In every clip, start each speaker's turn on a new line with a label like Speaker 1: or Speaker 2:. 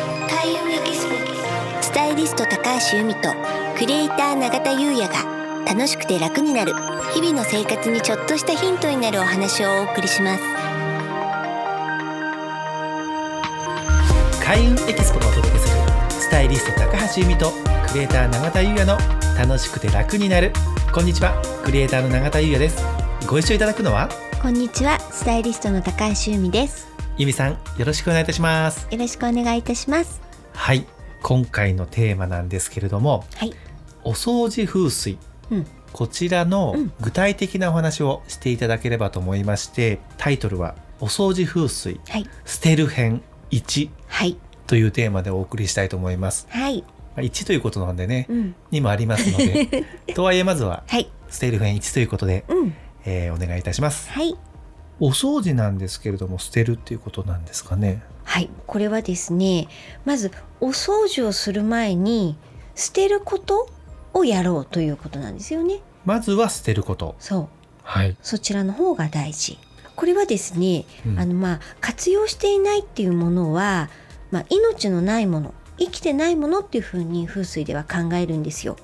Speaker 1: 上キススタイリスト高橋由美とクリエイター永田優也が楽しくて楽になる日々の生活にちょっとしたヒントになるお話をお送りします
Speaker 2: 開運エキスポがお届けするスタイリスト高橋由美とクリエイター永田優也の楽しくて楽になるこんにちはクリエイターの永田優也ですご一緒いただくのは
Speaker 1: こんにちはスタイリストの高橋由美です
Speaker 2: 由美さんよろしくお願いいたします
Speaker 1: よろしくお願いいたします
Speaker 2: はい今回のテーマなんですけれども
Speaker 1: はい
Speaker 2: お掃除風水
Speaker 1: うん
Speaker 2: こちらの
Speaker 1: うん
Speaker 2: 具体的なお話をしていただければと思いましてタイトルは「お掃除風水
Speaker 1: はい
Speaker 2: 捨てる編1
Speaker 1: はい」
Speaker 2: というテーマでお送りしたいと思います。
Speaker 1: はい
Speaker 2: まあ1ということなんでね
Speaker 1: うん
Speaker 2: にもありますので とはいえまずは
Speaker 1: はい
Speaker 2: 捨てる編1ということで、
Speaker 1: うん
Speaker 2: えーお願いいたします。
Speaker 1: はい
Speaker 2: お掃除なんですけれども捨てるっていうことなんですかね。
Speaker 1: はいこれはですねまずお掃除をする前に捨てることをやろうということなんですよね
Speaker 2: まずは捨てること。
Speaker 1: そう
Speaker 2: はい。
Speaker 1: そちらの方が大事これはですね
Speaker 2: うん
Speaker 1: あのまあ活用していないっていうものは、まあ、命のないもの生きてないものっていうふうに風水では考えるんですよ。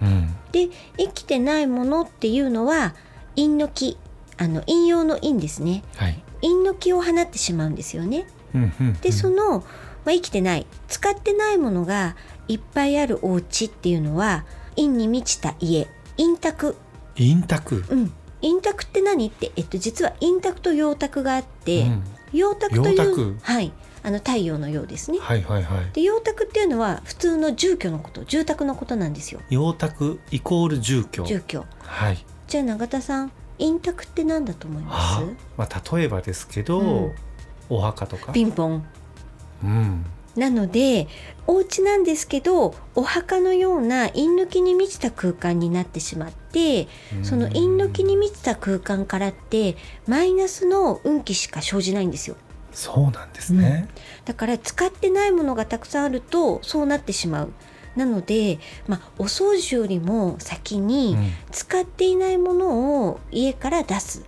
Speaker 2: うん
Speaker 1: で生きてないものっていうのは陰の気あの陰陽の陰ですね
Speaker 2: はい。
Speaker 1: 陰の気を放ってしまうんですよね。
Speaker 2: うんうん
Speaker 1: でそ
Speaker 2: の
Speaker 1: の、まあ、生きてない使ってないものがいっぱいあるお家っていうのは陰に満ちた家陰宅
Speaker 2: 陰宅。
Speaker 1: うん陰宅って何って、えっと、実は陰宅と陽宅があって。
Speaker 2: うん
Speaker 1: 陽卓とい
Speaker 2: 陽
Speaker 1: う
Speaker 2: 卓
Speaker 1: はい、あの太陽のようですね。
Speaker 2: はいはいはい。
Speaker 1: で陽卓っていうのは普通の住居のこと住宅のことなんですよ
Speaker 2: 陽宅イコール住居。
Speaker 1: 住居。
Speaker 2: はい。
Speaker 1: じゃあ永田さん陰宅って何だと思います
Speaker 2: はあまあ例えばですけど、
Speaker 1: うん
Speaker 2: お墓とか。
Speaker 1: ピンポン。
Speaker 2: うん。
Speaker 1: なのでお家なんですけどお墓のような陰抜きに満ちた空間になってしまってその陰抜きに満ちた空間からってマイナスの運気しか生じないんですよ。
Speaker 2: そうなんですね。
Speaker 1: だから使ってないものがたくさんあるとそうなってしまう。なので、まあ、お掃除よりも先
Speaker 2: う
Speaker 1: に
Speaker 2: ん
Speaker 1: 使っていないものを家から出す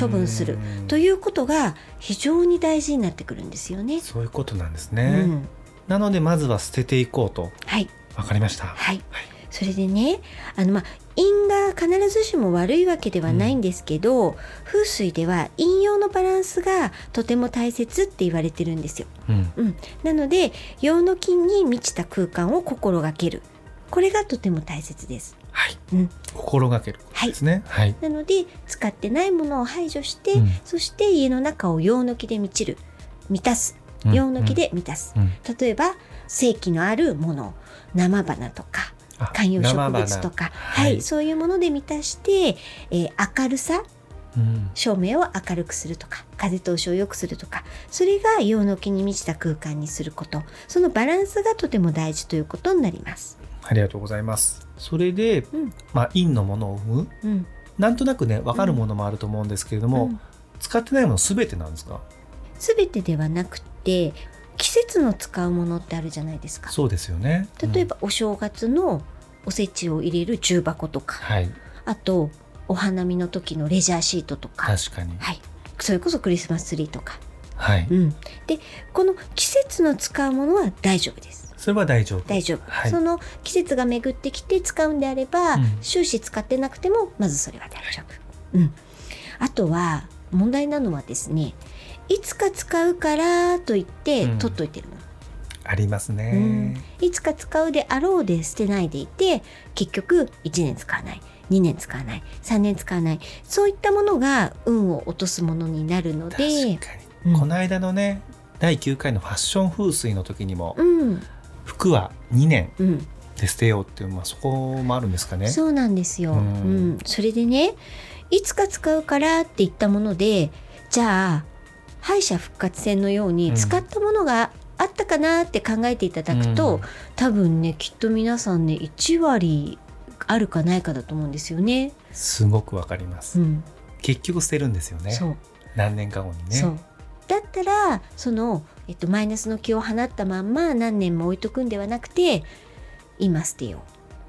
Speaker 1: 処分する
Speaker 2: うん
Speaker 1: ということが非常に大事になってくるんですよね。
Speaker 2: そういうことなんです
Speaker 1: う
Speaker 2: ね。
Speaker 1: ん、
Speaker 2: なのでまずは捨てていこうと。
Speaker 1: はい、
Speaker 2: わかりました。
Speaker 1: はい、それでねあの、まあ、陰が必ずしも悪いわけではないんですけど、風水では陰陽のバランスがとても大切って言われてるんですよ。
Speaker 2: うん。
Speaker 1: うん、なので陽の菌に満ちた空間を心がけるこれがとても大切です
Speaker 2: はい。
Speaker 1: うん
Speaker 2: 心がけることですね。はい。
Speaker 1: なので使ってないものを排除して、
Speaker 2: うん
Speaker 1: そして家の中を陽の気で満ちる満たす
Speaker 2: うん
Speaker 1: 陽の気。で満たす、
Speaker 2: うんうん
Speaker 1: 例えば正気のあるもの生花とか
Speaker 2: あ
Speaker 1: 観葉植
Speaker 2: 生
Speaker 1: 物と
Speaker 2: 花
Speaker 1: か、
Speaker 2: は
Speaker 1: はいいそういうもので満たして、えー明るさ
Speaker 2: うん
Speaker 1: 照明を明るくするとか風通しを良くするとかそれが陽の気に満ちた空間にすることそのバランスがとても大事ということになります。
Speaker 2: ありがとうございます。それで、
Speaker 1: うん
Speaker 2: まあ陰のものを生む。
Speaker 1: うん
Speaker 2: なんとなくねわかるものもあると思うんですけれども、
Speaker 1: うん
Speaker 2: 使ってないものすべてなんですか。
Speaker 1: 全てではなくて季節の使うものってあるじゃないですか。
Speaker 2: そうですよね。
Speaker 1: 例え
Speaker 2: ば、
Speaker 1: ばお正月のおせちを入れる重箱とか
Speaker 2: はい。
Speaker 1: あとお花見の時のレジャーシートとか、
Speaker 2: 確かに。
Speaker 1: はい、それこそクリスマスツリーとか、
Speaker 2: はい。
Speaker 1: うん、でこの季節の使うものは大丈夫です。
Speaker 2: それは大丈夫。
Speaker 1: 大丈夫、
Speaker 2: はい
Speaker 1: その季節が巡ってきて使うんであれば、
Speaker 2: うん
Speaker 1: 終始使ってなくてもまずそれは大丈夫、うん、あとは問題なのはですねいつか使うからと言って
Speaker 2: うん
Speaker 1: 取っといてるもの、
Speaker 2: あります
Speaker 1: う
Speaker 2: ね
Speaker 1: ん。いつか使うであろうで捨てないでいて結局1年使わない2年使わない3年使わないそういったものが運を落とすものになるの
Speaker 2: 確か
Speaker 1: で
Speaker 2: に、
Speaker 1: うん
Speaker 2: この間のね第9回のファッション風水の時にも、
Speaker 1: うん
Speaker 2: 服は2年
Speaker 1: うん、
Speaker 2: で捨てようっていう、まあ、そこもあるんですかね。
Speaker 1: そうなんですよ、
Speaker 2: う
Speaker 1: うんんそれでねいつか使うからって言ったものでじゃあ敗者復活戦のよう
Speaker 2: う
Speaker 1: に
Speaker 2: ん
Speaker 1: 使ったものがあったかなって考えていただくと、
Speaker 2: うん
Speaker 1: 多分ねきっと皆さんね1割あるかないかだと思うんですよね。
Speaker 2: すごくわかりま
Speaker 1: う
Speaker 2: す。
Speaker 1: ん、
Speaker 2: 結局捨てるんですよね。
Speaker 1: そう
Speaker 2: 何年か後にね。
Speaker 1: そうだったらその、えっと、マイナスの気を放ったまんま何年も置いとくんではなくて今捨てよ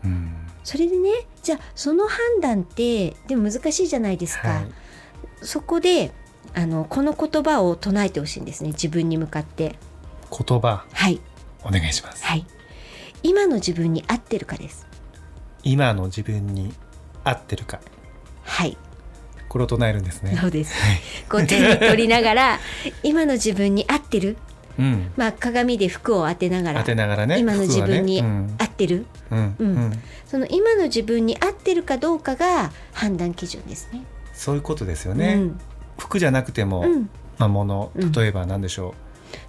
Speaker 1: う
Speaker 2: うん
Speaker 1: それでねじゃあその判断ってでも難しいじゃないですか、
Speaker 2: はい
Speaker 1: そこであのこの言葉を唱えてほしいんですね自分に向かって
Speaker 2: 言葉
Speaker 1: はい
Speaker 2: お願いします
Speaker 1: はい今の自分に合ってるかです
Speaker 2: 今の自分に合ってるか
Speaker 1: はい
Speaker 2: これを唱えるんですね
Speaker 1: そうです
Speaker 2: はい
Speaker 1: こう手に取りながら今の自分に合ってる
Speaker 2: うん
Speaker 1: まあ鏡で服を当てながら
Speaker 2: 当てながらね
Speaker 1: 今の自分に
Speaker 2: 服は
Speaker 1: 合ってる、
Speaker 2: ねうんうん
Speaker 1: うん
Speaker 2: うん
Speaker 1: その今の自分に合ってるかどうかが判断基準ですね。
Speaker 2: そういうことですよね、
Speaker 1: うん
Speaker 2: 服じゃなくても、
Speaker 1: うん、
Speaker 2: まあ、もの
Speaker 1: うん
Speaker 2: 例えば何でしょ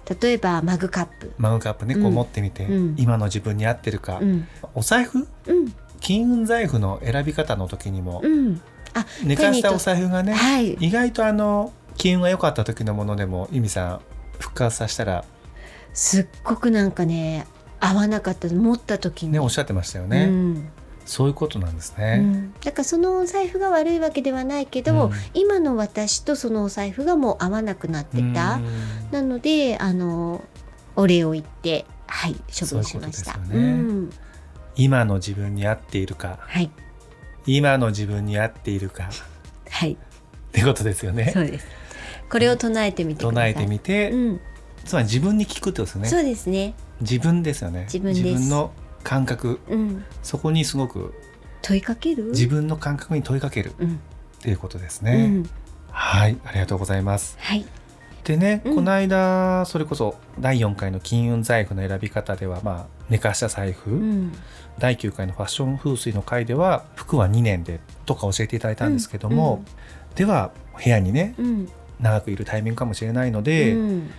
Speaker 2: う、
Speaker 1: 例えばマグカップ、
Speaker 2: マグカップね
Speaker 1: う
Speaker 2: こうん持ってみて、
Speaker 1: うん
Speaker 2: 今の自分に合ってるか、
Speaker 1: うん
Speaker 2: お財布
Speaker 1: うん
Speaker 2: 金運財布の選び方の時にも、
Speaker 1: うん
Speaker 2: 寝かしたお財布がね、
Speaker 1: はい
Speaker 2: 意外とあの金運が良かった時のものでも由美さん復活させたら
Speaker 1: すっごくなんかね合わなかった持った時に
Speaker 2: ねおっしゃってましたよ
Speaker 1: う
Speaker 2: ね、
Speaker 1: ん
Speaker 2: そういうことなんです
Speaker 1: う
Speaker 2: ね、
Speaker 1: んだからそのお財布が悪いわけではないけど、
Speaker 2: うん
Speaker 1: 今の私とそのお財布がもう合わなくなってた、
Speaker 2: うん
Speaker 1: なのであのお礼を言ってはい処分しました
Speaker 2: そういうことです
Speaker 1: う
Speaker 2: よね
Speaker 1: ん
Speaker 2: 今の自分に合っているか
Speaker 1: はい
Speaker 2: 今の自分に合っているかっ
Speaker 1: はい
Speaker 2: てことですよね
Speaker 1: そうですこれを唱えてみてくだ
Speaker 2: 唱
Speaker 1: さい
Speaker 2: えてみて、
Speaker 1: うん
Speaker 2: つまり自分に聞くってことですよね
Speaker 1: そうですね。
Speaker 2: 自分ですよね
Speaker 1: 自分です
Speaker 2: の感覚
Speaker 1: うん。
Speaker 2: そこにすごく
Speaker 1: 問いかける。
Speaker 2: 自分の感覚に問いかける
Speaker 1: うん。
Speaker 2: っていうことです
Speaker 1: う
Speaker 2: ね、
Speaker 1: ん。
Speaker 2: はいありがとうございます
Speaker 1: はい。
Speaker 2: でね、
Speaker 1: うん
Speaker 2: この間それこそ第4回の金運財布の選び方ではまあ寝かした財布、
Speaker 1: うん。
Speaker 2: 第9回のファッション風水の回では服は2年でとか教えていただいたんですけども、では部屋にね
Speaker 1: うん。
Speaker 2: 長くいるタイミングかもしれないの
Speaker 1: う
Speaker 2: で、
Speaker 1: ん。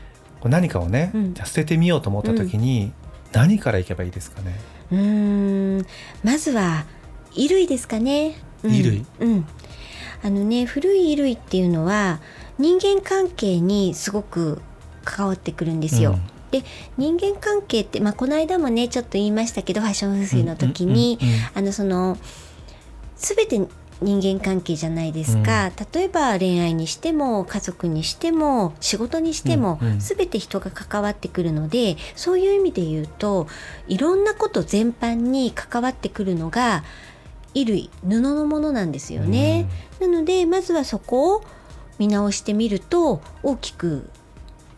Speaker 2: こう何かをね、
Speaker 1: うん
Speaker 2: じゃあ捨ててみようと思った時に、何からいけばいいですかね
Speaker 1: うーん。まずは衣類ですかね。うん
Speaker 2: 衣類。
Speaker 1: うん。あのね、古い衣類っていうのは人間関係にすごく関わってくるんですよ。で、人間関係ってまあこの間もねちょっと言いましたけど、ファッション風水の時に、
Speaker 2: うんうんうんうん
Speaker 1: あのその全て人間関係じゃないですか、例えば恋愛にしても家族にしても仕事にしても、
Speaker 2: うんうん
Speaker 1: 全て人が関わってくるのでそういう意味で言うといろんなこと全般に関わってくるのが衣類布のものなんですよね。なのでまずはそこを見直してみると大きく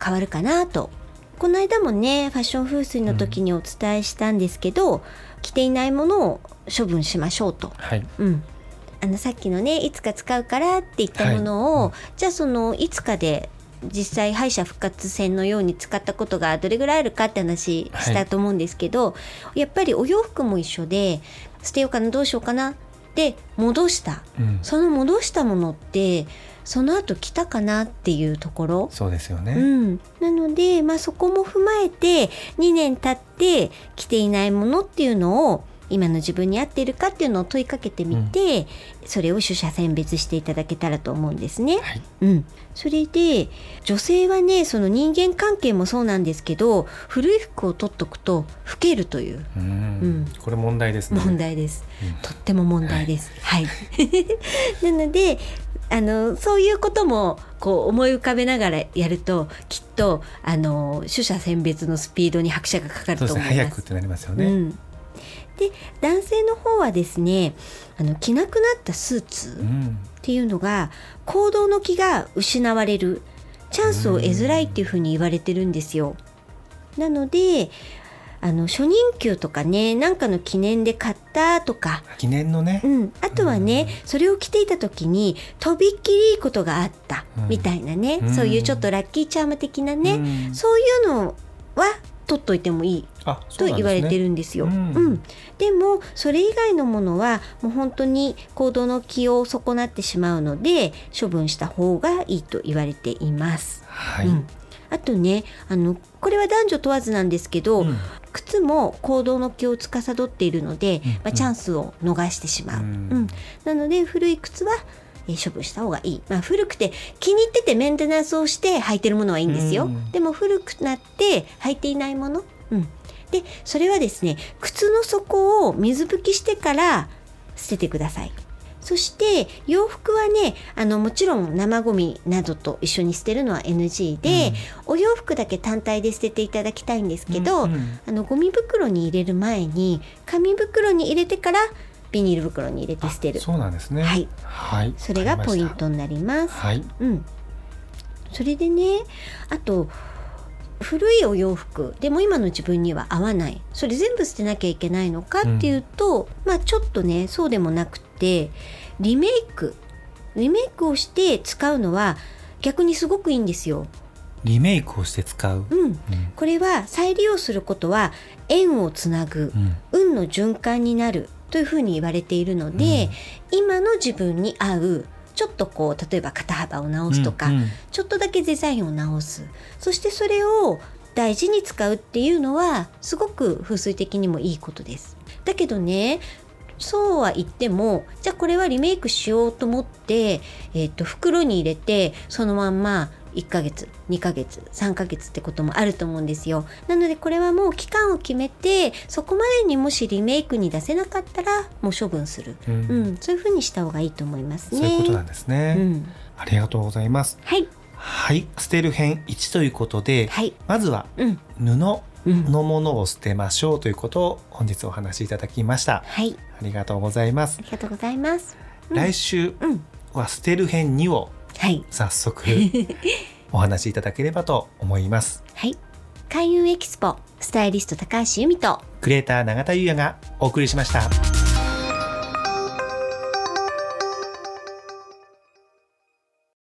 Speaker 1: 変わるかなと。この間もねファッション風水の時にお伝えしたんですけど、着ていないものを処分しましょうと。
Speaker 2: はい、
Speaker 1: うんあのさっきのねいつか使うからって言ったものを、じゃあそのいつかで実際敗者復活戦のように使ったことがどれぐらいあるかって話し
Speaker 2: は
Speaker 1: た
Speaker 2: い
Speaker 1: と思うんですけど、やっぱりお洋服も一緒で捨てようかなどうしようかなって戻した
Speaker 2: うん、
Speaker 1: その戻したものってその後着たかなっていうところ、
Speaker 2: そうですよ
Speaker 1: う
Speaker 2: ね、
Speaker 1: ん、なので、まあ、そこも踏まえて2年経って着ていないものっていうのを今の自分に合っているかっていうのを問いかけてみて、それを取捨選別していただけたらと思うんですね。
Speaker 2: はい
Speaker 1: うん、それで女性はねその人間関係もそうなんですけど古い服を取っとくと老けるという
Speaker 2: うん
Speaker 1: うん
Speaker 2: これ問題ですね
Speaker 1: 問題です。
Speaker 2: うん
Speaker 1: とっても問題です。はい。 なので、あのそういうこともこう思い浮かべながらやると、きっとあの取捨選別のスピードに拍車がかかる
Speaker 2: そう
Speaker 1: と
Speaker 2: です
Speaker 1: 思
Speaker 2: ね
Speaker 1: います。
Speaker 2: 早くってなりますよ
Speaker 1: う
Speaker 2: ね、
Speaker 1: ん。で、男性の方はですね、あの着なくなったスー
Speaker 2: う
Speaker 1: ツっ
Speaker 2: ん
Speaker 1: ていうのが行動の気が失われるチャンスを得づらいっていうふうに言われてるんですよ。なので。あの初任給とかねなんかの記念で買ったとか
Speaker 2: 記念のね、
Speaker 1: うん、あとはね、それを着ていた時にとびっきりいいことがあった
Speaker 2: うん
Speaker 1: みたいなね、
Speaker 2: うん
Speaker 1: そういうちょっとラッキーチャーム的なね、
Speaker 2: うん
Speaker 1: そういうのは取っといてもいい
Speaker 2: あそ
Speaker 1: と
Speaker 2: うなんですね
Speaker 1: 言われてるんですよ。
Speaker 2: うん
Speaker 1: うんでもそれ以外のものはもう本当に行動の気を損なってしまうので処分した方がいいと言われています。
Speaker 2: はい、
Speaker 1: うん、あとねあのこれは男女問わずなんですけど、
Speaker 2: うん
Speaker 1: 靴も行動の気を司っているので、
Speaker 2: うん
Speaker 1: まあ、チャンスを逃してしまう、
Speaker 2: う
Speaker 1: うんんなので古い靴は、えー処分した方がいい、まあ、古くて気に入っててメンテナンスをして履いてるものはいいんですよ、
Speaker 2: うん
Speaker 1: でも古くなって履いていないもの、うん、でそれはですね靴の底を水拭きしてから捨ててくださいそして洋服はねあのもちろん生ゴミなどと一緒に捨てるのは NG で、お洋服だけ単体で捨てていただきたいんですけど、
Speaker 2: うんうん
Speaker 1: あのゴミ袋に入れる前に紙袋に入れてからビニール袋に入れて捨てる
Speaker 2: そうなんですね
Speaker 1: はい、
Speaker 2: はい、
Speaker 1: それがポイン
Speaker 2: わか
Speaker 1: トになりま
Speaker 2: りました
Speaker 1: す
Speaker 2: はい
Speaker 1: うんそれでねあと古いお洋服でも今の自分には合わないそれ全部捨てなきゃいけないのかっていうと、まあちょっとねそうでもなくてリメイクリメイクをして使うのは逆にすごくいいんですよ。
Speaker 2: リメイクをして使う、
Speaker 1: うん、これは再利用することは縁をつなぐ
Speaker 2: うん
Speaker 1: 運の循環になるというふうに言われているので、今の自分に合うちょっとこう例えば肩幅を直すとか、
Speaker 2: うんうん
Speaker 1: ちょっとだけデザインを直すそしてそれを大事に使うっていうのはすごく風水的にもいいことです。だけどねそうは言ってもじゃあこれはリメイクしようと思って、えっと袋に入れてそのまんま1ヶ月2ヶ月3ヶ月ってこともあると思うんですよなのでこれはもう期間を決めてそこまでにもしリメイクに出せなかったらもう処分する、
Speaker 2: うん
Speaker 1: うん、そういうふうにした方がいいと思います
Speaker 2: そう
Speaker 1: ね。
Speaker 2: いうことなんですね、
Speaker 1: うん、
Speaker 2: ありがとうございます
Speaker 1: はい、
Speaker 2: はい捨てる編1ということで、
Speaker 1: はい
Speaker 2: まずは
Speaker 1: うん
Speaker 2: 布の
Speaker 1: うん
Speaker 2: ものを捨てましょうということを本日お話しいただきました
Speaker 1: はい、
Speaker 2: ありがとうございます
Speaker 1: ありがとうございます。うん
Speaker 2: 来週
Speaker 1: うん、
Speaker 2: は捨てる編2を
Speaker 1: はい、
Speaker 2: 早速お話しいただければと思います
Speaker 1: はい。開運エキスポ、スタイリスト高橋由美と、
Speaker 2: クレーター永田優也がお送りしました